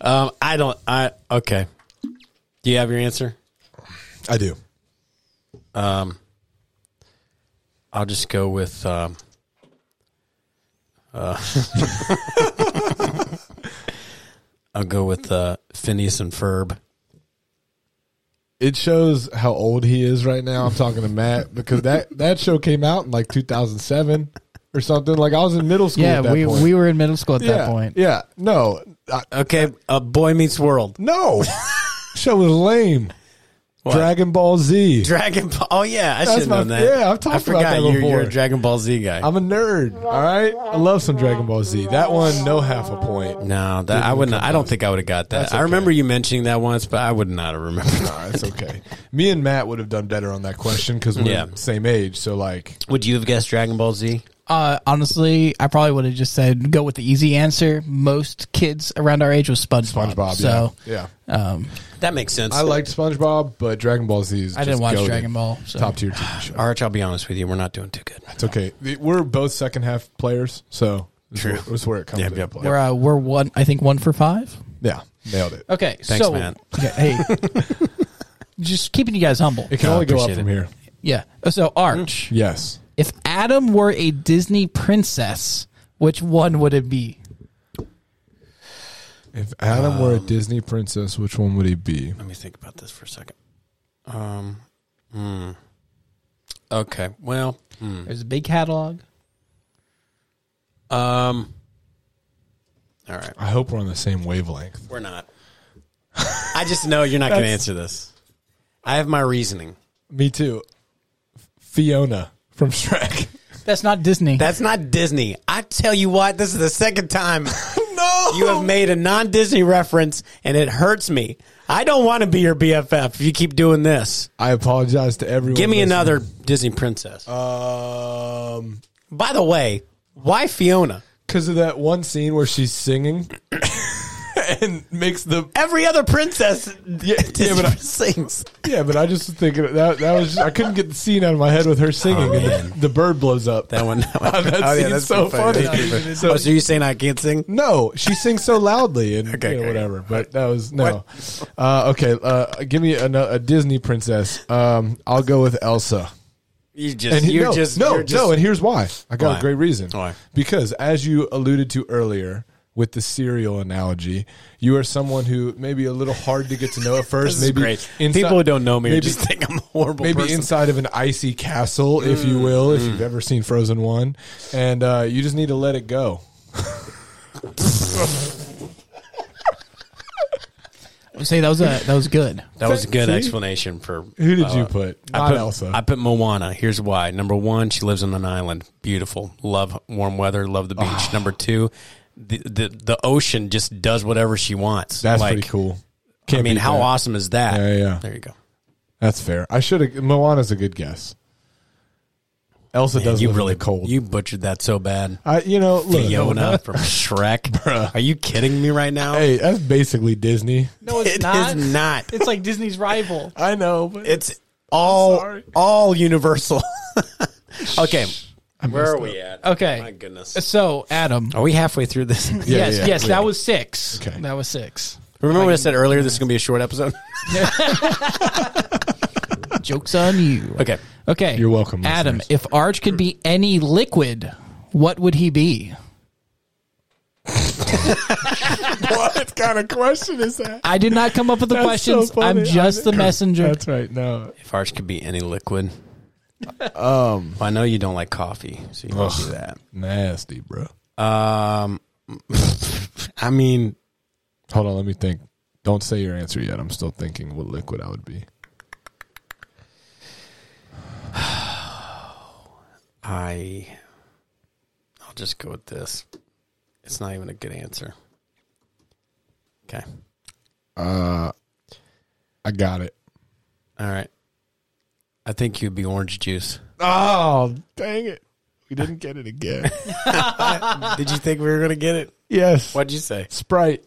S1: Um, I don't. I okay. Do you have your answer?
S2: i do
S1: Um, I'll just go with. Um, uh, I'll go with uh, Phineas and Ferb.
S2: it shows how old he is right now i'm talking to matt because that that show came out in like 2007 or something like i was in middle school
S3: Yeah,
S2: at that
S3: we,
S2: point.
S3: we were in middle school at
S2: yeah,
S3: that point.
S2: yeah no I,
S1: Okay, uh, Boy Meets World.
S2: no show was lame dragon ball z
S1: Dragon Ball. Oh yeah, I should have
S2: my-
S1: known that.
S2: yeah, I've talked
S1: I forgot
S2: about that
S1: you're,
S2: before.
S1: You're a Dragon Ball Z guy.
S2: I'm a nerd. All right, I love some Dragon Ball Z. That one, no half a point. No,
S1: no, that I wouldn't. I don't think I would have got that.
S2: That's
S1: I
S2: okay.
S1: remember you mentioning that once, but I would not have remembered. that.
S2: that's okay. Me and Matt would have done better on that question because we're
S1: Yeah.
S2: same age. So like,
S1: Would you have guessed Dragon Ball Z?
S3: Uh, honestly, I probably would have just said go with the easy answer. Most kids around our age was SpongeBob.
S2: SpongeBob.
S3: So
S2: yeah, yeah.
S3: um,
S1: That makes sense.
S2: I liked SpongeBob, but Dragon Ball Z is
S3: I didn't
S2: just
S3: watch
S2: goated.
S3: Dragon Ball. So.
S2: Top tier TV show.
S1: Arch, I'll be honest with you, we're not doing too good.
S2: It's okay. The- We're both second half players, so this
S1: True.
S2: is where- this is where it comes.
S1: Yep,
S2: into
S1: yep.
S2: play.
S3: We're uh, we're one. I think one for five.
S2: Yeah, nailed it.
S3: Okay,
S1: Thanks,
S3: so
S1: man.
S3: Okay, hey, just keeping you guys humble.
S2: It can
S1: I
S2: only go up
S1: appreciate
S2: from
S1: it.
S2: here.
S3: Yeah. So Arch,
S2: Yes.
S3: if Adam were a Disney princess, which one would it be?
S2: If Adam were
S1: Um,
S2: a Disney princess, which one would he be?
S1: Let me think about this for a second. Um. hmm. Okay. Well. hmm.
S3: There's a big catalog.
S1: Um. All right.
S2: I hope we're on the same wavelength.
S1: We're not. I just know you're not going to
S2: That's-
S1: answer this. I have my reasoning.
S2: Me too. Fiona from Shrek.
S3: That's not Disney.
S1: That's not Disney. I tell you what, this is the second time. no, You have made a non Disney reference and it hurts me. I don't want to be your BFF if you keep doing this.
S2: I apologize to everyone.
S1: Give me
S2: listening.
S1: another Disney princess.
S2: Um,
S1: By the way, why Fiona?
S2: because of that one scene where she's singing and makes the
S1: Every other princess
S2: yeah, yeah,
S1: Disney
S2: but I,
S1: sings.
S2: yeah, but I just was thinking that that was just, I couldn't get the scene out of my head with her singing
S1: Oh,
S2: and the, the bird blows up.
S1: That one. That one.
S2: that
S4: Oh, yeah,
S2: scene's
S4: that's
S2: so
S4: pretty funny.
S2: funny.
S4: That's pretty
S2: So-
S1: oh, so you saying I can't sing?
S2: no, she sings so loudly and
S1: Okay,
S2: you know,
S1: okay.
S2: whatever. But that was no. Uh, okay, uh, give me a, a Disney princess. Um, I'll go with Elsa.
S1: You just,
S2: And he-
S1: you're
S2: no,
S1: just,
S2: no,
S1: you're just-
S2: no. And here's why. I got
S1: Why?
S2: a great reason.
S1: Why?
S2: Because as you alluded to earlier with the cereal analogy, you are someone who maybe a little hard to get to know at first.
S1: This is
S2: maybe
S1: great.
S2: inside-
S1: People who don't know me
S2: maybe-
S1: just think I'm a horrible
S2: Maybe
S1: person. Mm,
S2: inside of an icy castle, if you will, if you've ever seen Frozen One, and uh, you just need to let it go.
S3: I would say that was a that was good.
S1: that was a good
S2: See?
S1: explanation for
S2: Who did
S1: uh,
S2: you put?
S1: I
S2: Not
S1: put,
S2: Elsa.
S1: I put Moana. Here's why. Number one, she lives on an island. Beautiful. Love warm weather. Love the beach.
S2: Ah.
S1: Number two, the, the the ocean just does whatever she wants.
S2: That's
S1: Like,
S2: pretty cool.
S1: I mean,
S2: beat
S1: how
S2: that.
S1: awesome is that?
S2: Yeah, yeah.
S1: There you go.
S2: That's fair. I should have. Moana's a good guess. Elsa
S1: Man,
S2: does
S1: you
S2: live in
S1: really
S2: the cold.
S1: You butchered that so bad.
S2: I, you know, look.
S1: Fiona from Shrek. Are you kidding me right now?
S2: Hey, that's basically Disney.
S3: No,
S1: It is not.
S3: It's like Disney's rival.
S2: I know, but
S1: It's all
S2: sorry.
S1: all universal. okay. Where are we at?
S3: Okay.
S1: My goodness.
S3: So Adam,
S1: Are we halfway through this?
S3: yes,
S2: yeah,
S3: yes,
S2: we
S3: that
S2: are.
S3: was six.
S2: Okay.
S3: That was six.
S1: Remember when I said earlier this is going to be a short episode?
S3: Jokes on you.
S1: Okay.
S3: Okay.
S2: You're welcome,
S3: Adam.
S2: listeners.
S3: If Arch could be any liquid, what would he be?
S2: what kind of question is that?
S3: I did not come up with the
S2: That's so
S3: questions.
S2: funny.
S3: I'm just the messenger.
S2: That's right. No,
S1: If ours could be any liquid. Um, I know you don't like coffee, so you don't do that.
S2: nasty, bro.
S1: Um, I mean,
S2: Hold on, let me think. Don't say your answer yet. I'm still thinking what liquid I would be.
S1: I, I'll just go with this. It's not even a good answer. Okay.
S2: Uh, I got it.
S1: All right. I think you'd be orange juice.
S2: Oh, dang it! We didn't get it again.
S1: Did you think we were gonna get it?
S2: yes.
S1: What'd you say?
S2: Sprite.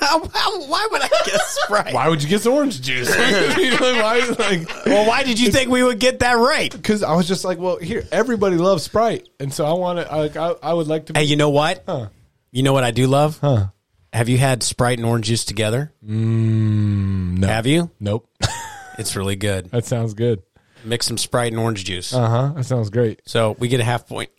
S1: why would I guess Sprite?
S2: Why would you guess orange juice? You know, why is it like,
S1: Well, why did you think we would get that right?
S2: because I was just like, well, here everybody loves Sprite, and so I want to. I, I, I would like to.
S1: Hey, you know what?
S2: Huh.
S1: You know what I do love?
S2: Huh.
S1: Have you had Sprite and orange juice together?
S2: no.
S1: Have you?
S2: Nope.
S1: It's really good.
S2: that sounds good.
S1: Mix some Sprite and orange juice.
S2: Uh huh. That sounds great.
S1: So we get a half point.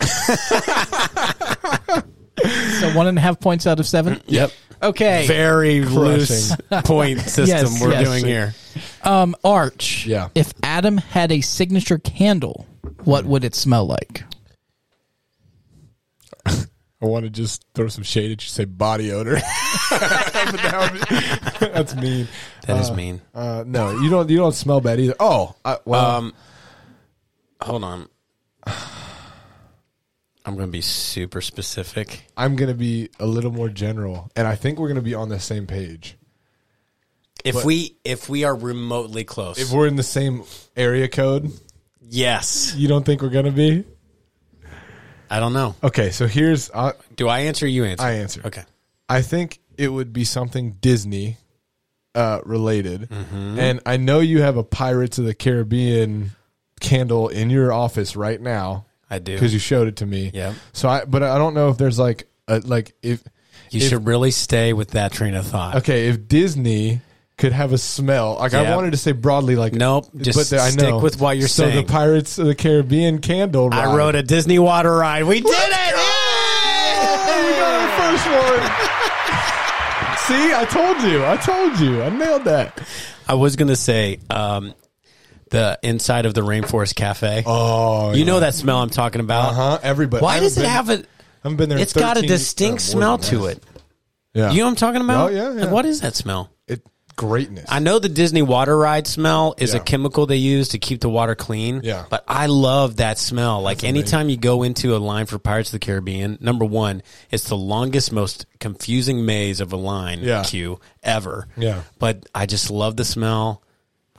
S3: So one and a half points out of seven.
S1: Yep.
S3: Okay.
S1: Very loose point system
S3: Yes,
S1: we're
S3: yes.
S1: doing here.
S3: Um, Arch.
S2: Yeah.
S3: If Adam had a signature candle, what would it smell like?
S2: I want to just throw some shade at you. Say body odor. But that would be- that's mean.
S1: That is mean.
S2: Uh, no, you don't. You don't smell bad either. Oh, I, well,
S1: Um, hold on. I'm going to be super specific.
S2: I'm gonna be a little more general, and I think we're gonna be on the same page.
S1: If we if we are remotely close,
S2: If we're in the same area code,
S1: yes.
S2: you don't think we're gonna be?
S1: I don't know.
S2: Okay, so here's I,
S1: Do I answer? Or you answer.
S2: I answer.
S1: Okay.
S2: I think it would be something Disney uh, related,
S1: Mm-hmm.
S2: and I know you have a Pirates of the Caribbean candle in your office right now
S1: I do.
S2: because you showed it to me.
S1: Yeah.
S2: So I, but I don't know if there's like a, like if
S1: You
S2: if-
S1: should really stay with that train of thought.
S2: okay if Disney could have a smell like
S1: Yeah.
S2: I wanted to say broadly like
S1: Nope, just
S2: the-
S1: stick with what you're
S2: so
S1: saying.
S2: the Pirates of the Caribbean candle.
S1: I
S2: ride.
S1: rode a Disney water ride. We did it!
S2: We got our first one. See, I told you. I told you. I nailed that.
S1: I was gonna say um, the inside of the Rainforest Cafe.
S2: Oh,
S1: you know that smell I'm talking about.
S2: huh? Everybody. I
S1: Why
S2: haven't
S1: does it
S2: been-
S1: have a?
S2: I haven't been there. in
S1: It's got a
S2: 13
S1: distinct
S2: uh, more
S1: smell
S2: than
S1: to
S2: that.
S1: it.
S2: Yeah.
S1: You know what I'm talking about?
S2: Oh, yeah, yeah.
S1: What is that smell?
S2: it greatness.
S1: I know the Disney water ride smell is a
S2: Yeah.
S1: chemical they use to keep the water clean.
S2: Yeah.
S1: But I love that smell. Like anytime you go into a line for Pirates of the Caribbean, number one, it's the longest, most confusing maze of a line
S2: Yeah.
S1: queue ever.
S2: Yeah.
S1: But I just love the smell.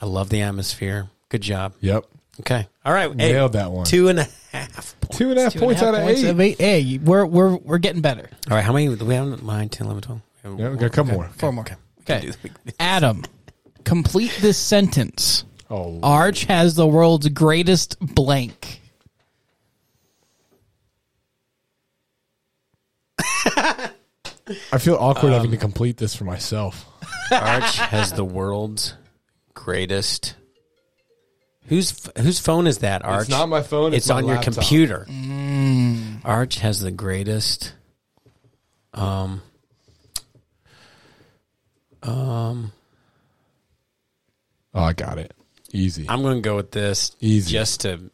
S1: I love the atmosphere. Good job.
S2: yep.
S1: Okay. All right. Hey,
S2: Nailed that one.
S1: Two and a half. points.
S2: Two and a half
S3: Two and a
S2: points
S3: half
S2: out of
S3: points
S2: eight.
S3: of eight. Hey, we're we're we're getting better.
S1: All right. How many do we have? Nine, 10, 11, 12?
S2: Yeah, we got a couple more.
S3: Four more. Okay.
S1: Okay.
S3: Adam, complete this sentence.
S2: Oh,
S3: Arch has the world's greatest blank.
S2: I feel awkward having
S1: Um,
S2: to complete this for myself.
S1: Arch has the world's greatest. Whose whose phone is that? Arch.
S2: It's not my phone. It's,
S1: It's on
S2: my
S1: your
S2: laptop.
S1: computer. Arch has the greatest. Um. Um.
S2: Oh, I got it. Easy.
S1: I'm going to go with this.
S2: Easy.
S1: Just to.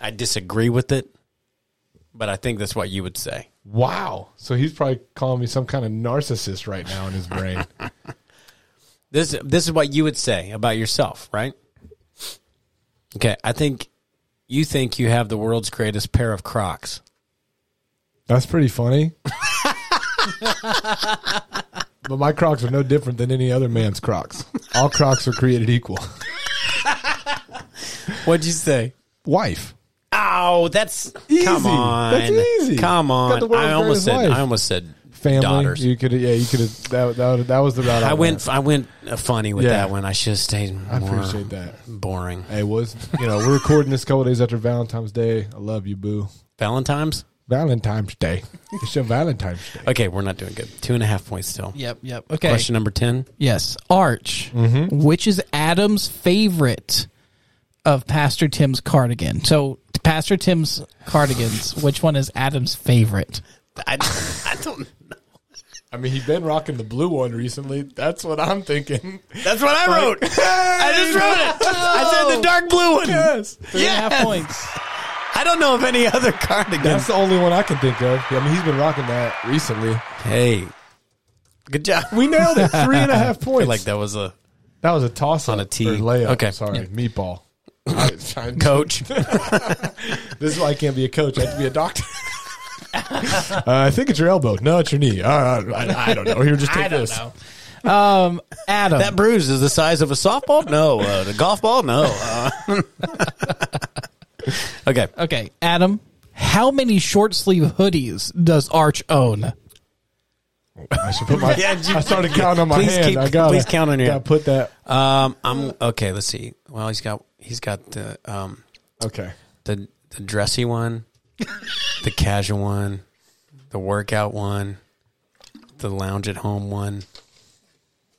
S1: I disagree with it, but I think that's what you would say.
S2: wow. So he's probably calling me some kind of narcissist right now in his brain.
S1: This this is what you would say about yourself, right? Okay, I think you think you have the world's greatest pair of Crocs.
S2: That's pretty funny. but my Crocs are no different than any other man's Crocs. All Crocs are created equal.
S1: What'd you say?
S2: Wife.
S1: Oh, that's come
S2: Easy.
S1: on.
S2: That's easy.
S1: Come
S2: Got the
S1: on.
S2: world's
S1: I almost
S2: greatest
S1: said
S2: wife.
S1: I almost said
S2: Family.
S1: daughters.
S2: You could yeah, you could have that, that that was the route I,
S1: I went I went uh, funny with
S2: Yeah.
S1: that one. I should have stayed more
S2: I appreciate that.
S1: boring.
S2: Hey, was you know, we're recording this a couple days after Valentine's Day. I love you, boo.
S1: Valentine's?
S2: Valentine's Day. It's your Valentine's Day.
S1: Okay, we're not doing good. Two and a half points still.
S3: Yep, yep. Okay.
S1: Question number ten.
S3: Yes. Arch,
S2: Mm-hmm.
S3: which is Adam's favorite of Pastor Tim's cardigan. So Pastor Tim's cardigans, which one is Adam's favorite?
S1: I, I don't know.
S2: I mean, he's been rocking the blue one recently. That's what I'm thinking.
S1: That's what I wrote. I just wrote it. I said the dark blue one.
S3: Three and a half
S1: Yes.
S3: points.
S1: I don't know of any other cardigan.
S2: That's the only one I can think of. I mean, he's been rocking that recently.
S1: Hey. Good job.
S2: We nailed it. Three and a half points.
S1: like that was a
S2: That was a toss
S1: On a tee.
S2: Or layup.
S1: Okay.
S2: Sorry, meatball. I, I,
S1: coach.
S2: this is why I can't be a coach. I have to be a doctor. uh, I think it's your elbow. No, it's your knee. Uh, I, I don't know. Here, just take
S3: I don't
S2: this.
S3: know. Um, Adam,
S1: That bruise is the size of a softball? No. Uh, the golf ball? No. Uh, okay.
S3: Okay, Adam, how many short sleeve hoodies does Arch own?
S2: I should put my.
S1: Yeah,
S2: I started counting on my
S1: Please
S2: hand.
S1: keep-
S2: I got.
S1: please count on your hand.
S2: Put that.
S1: Um, I'm okay. Let's see. Well, he's got he's got the um
S2: Okay.
S1: the the dressy one, the casual one, the workout one, the lounge at home one,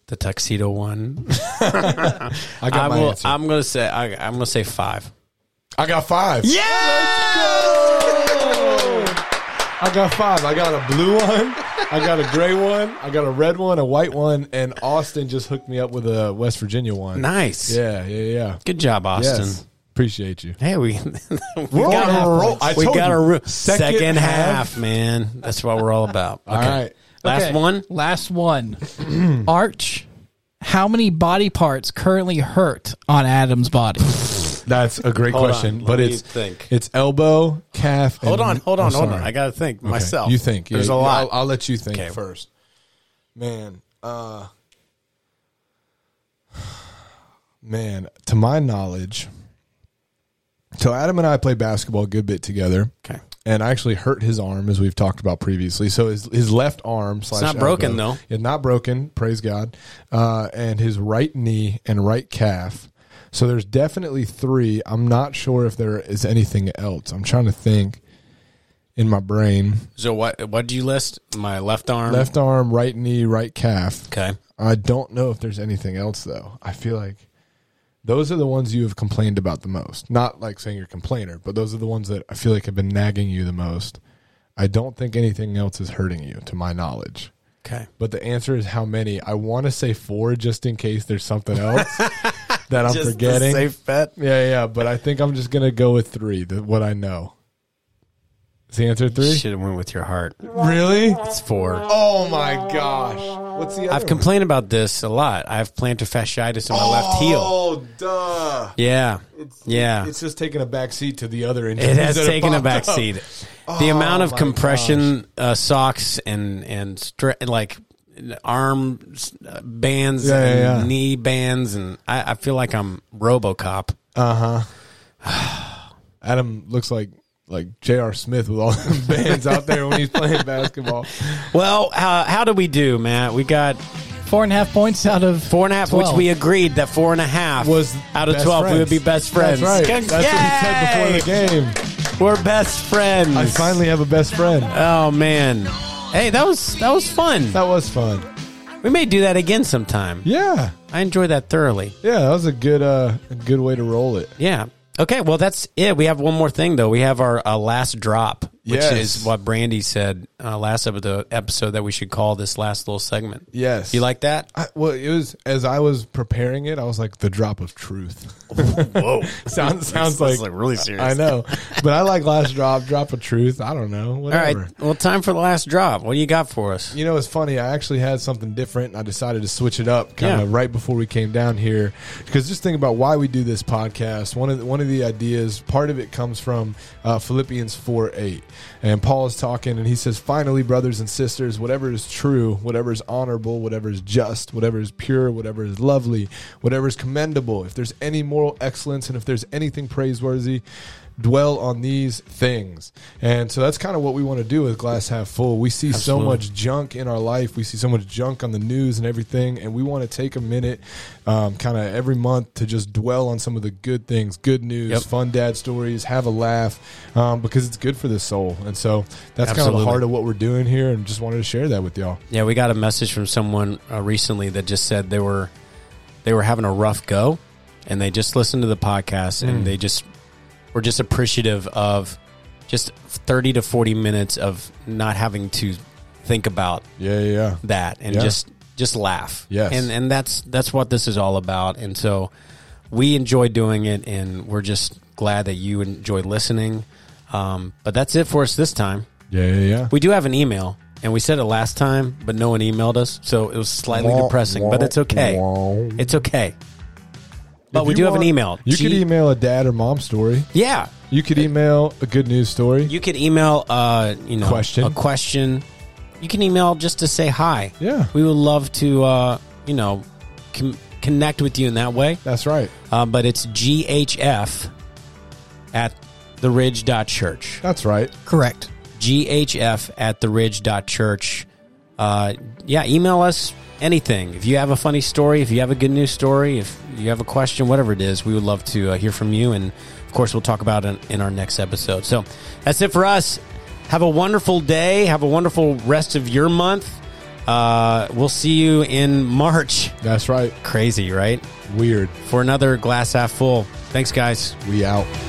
S1: the tuxedo one.
S2: I got
S1: I
S2: my
S1: will.
S2: answer.
S1: I'm gonna say. I, I'm gonna say five.
S2: I got five. I got five. I got a blue one. I got a gray one. I got a red one, a white one, and Austin just hooked me up with a West Virginia one.
S1: Nice.
S2: Yeah, yeah, yeah.
S1: Good job, Austin.
S2: Yes. Appreciate you.
S1: Hey, we
S2: We're
S1: got
S2: on
S1: half
S2: a roll.
S1: points.
S2: I
S1: we
S2: told
S1: got
S2: you.
S1: a ru- second,
S2: Second
S1: half.
S2: half.
S1: man. That's what we're all about. Okay.
S2: All right.
S1: Last
S3: Okay,
S1: one.
S3: Last one. Arch, how many body parts currently hurt on Adam's body?
S2: That's a great
S1: Hold
S2: question,
S1: on. Let
S2: but
S1: me
S2: it's
S1: think.
S2: it's elbow, calf.
S1: Hold on, hold on, hold on. I
S2: I
S1: got to think myself.
S2: You think? Yeah,
S1: There's a
S2: you-
S1: lot.
S2: I'll, I'll let you think
S1: Okay.
S2: first. Man, uh, man. To my knowledge, so Adam and I play basketball a good bit together.
S1: Okay.
S2: And I actually hurt his arm as we've talked about previously. So his his left arm slash
S1: not broken,
S2: elbow-
S1: though.
S2: yeah, not broken. Praise God. Uh, and his right knee and right calf. So there's definitely three. I'm not sure if there is anything else. I'm trying to think in my brain.
S1: So what? What did you list? My left arm.
S2: Left arm, right knee, right calf.
S1: Okay.
S2: I don't know if there's anything else though. I feel like those are the ones you have complained about the most. Not like saying you're a complainer, but those are the ones that I feel like have been nagging you the most. I don't think anything else is hurting you, to my knowledge.
S1: Okay.
S2: But the answer is how many? I want to say four, just in case there's something else that I'm forgetting.
S1: safe bet.
S2: yeah, yeah. But I think I'm just gonna go with three. The, what I know. Is the answer three?
S1: Should have went with your heart.
S2: Really?
S1: It's four.
S2: Oh my gosh. What's the other
S1: I've complained about this a lot. I have plantar fasciitis in my left heel.
S2: Oh, duh.
S1: Yeah, yeah.
S2: It's just taking a back seat to the other
S1: It
S2: injuries.
S1: has
S2: that have
S1: taken a
S2: popped
S1: back
S2: up.
S1: seat. The amount of
S2: Oh my
S1: compression uh, socks and and stre- like arm s- uh, bands
S2: Yeah,
S1: and
S2: yeah, yeah.
S1: knee bands, and I, I feel like I'm RoboCop.
S2: Adam looks like like J.R. Smith with all the bands out there when he's playing basketball.
S1: Well, uh, how do we do, Matt? We got
S3: Four and a half points out of
S1: four and a half,
S3: 12.
S1: which we agreed that four and a half
S2: Was
S1: out of
S2: best
S1: twelve, we would be
S2: friends.
S1: best friends.
S2: That's right. That's what he
S1: Yay!
S2: said before the game.
S1: We're best friends.
S2: I finally have a best friend.
S1: Oh man. Hey, that was that was fun.
S2: That was fun.
S1: We may do that again sometime.
S2: Yeah.
S1: I enjoyed that thoroughly.
S2: Yeah, that was a good uh a good way to roll it.
S1: Yeah. Okay. Well, that's it. We have one more thing though. We have our uh, last drop, which
S2: Yes.
S1: is what Brandy said uh, last episode, episode that we should call this last little segment.
S2: Yes.
S1: You like that?
S2: I, well, it was as I was preparing it, I was like the drop of truth.
S1: Whoa.
S2: Sounds sounds like,
S1: really serious.
S2: I know, but I like last drop, drop of truth. I don't know,
S1: All
S2: whatever.
S1: right. Well, time for the last drop. What do you got for us?
S2: You know, it's funny. I actually had something different. And I decided to switch it up kind
S1: Yeah.
S2: of right before we came down here because just think about why we do this podcast. One of the, one of the ideas, part of it comes from uh, Philippians four eight, and Paul is talking, and he says, "Finally, brothers and sisters, whatever is true, whatever is honorable, whatever is just, whatever is pure, whatever is lovely, whatever is commendable, if there's any moral excellence, and if there's anything praiseworthy." dwell on these things. And so that's kind of what we want to do with Glass Half Full. We see so much junk in our life. We see so much junk on the news and everything. And we want to take a minute, um, kind of every month, to just dwell on some of the good things, good news,
S1: Yep.
S2: fun dad stories, have a laugh, um, because it's good for the soul. And so that's kind of
S1: Absolutely.
S2: the heart of what we're doing here. And just wanted to share that with y'all.
S1: Yeah, we got a message from someone uh, recently that just said they were they were having a rough go, and they just listened to the podcast,
S2: Hmm.
S1: and they just were just appreciative of just thirty to forty minutes of not having to think about
S2: Yeah, yeah, yeah.
S1: that and
S2: Yeah.
S1: just just laugh.
S2: Yes.
S1: and and that's that's what this is all about. And so we enjoy doing it, and we're just glad that you enjoy listening. Um, but that's it for us this time.
S2: Yeah, yeah, yeah.
S1: We do have an email, and we said it last time, but no one emailed us, so it was slightly depressing. But it's okay. It's okay. But
S2: If
S1: we
S2: you
S1: do have an
S2: want-
S1: email.
S2: You
S1: G-
S2: could email a dad or mom story.
S1: Yeah,
S2: You could email a good news story.
S1: you could email. Uh, you know,
S2: Question.
S1: a question. You can email just to say hi.
S2: Yeah.
S1: we would love to. Uh, you know, com- connect with you in that way.
S2: That's right.
S1: Uh, but it's GHF at the ridge dot church.
S2: That's right.
S3: correct.
S1: ghf at the ridge church. Uh, yeah, email us anything. If you have a funny story, if you have a good news story, if you have a question, whatever it is, we would love to uh, hear from you. And of course, we'll talk about it in our next episode. So that's it for us. Have a wonderful day. Have a wonderful rest of your month. Uh, we'll see you in March.
S2: That's right.
S1: Crazy, right?
S2: Weird.
S1: For another glass half full. Thanks, guys.
S2: We out.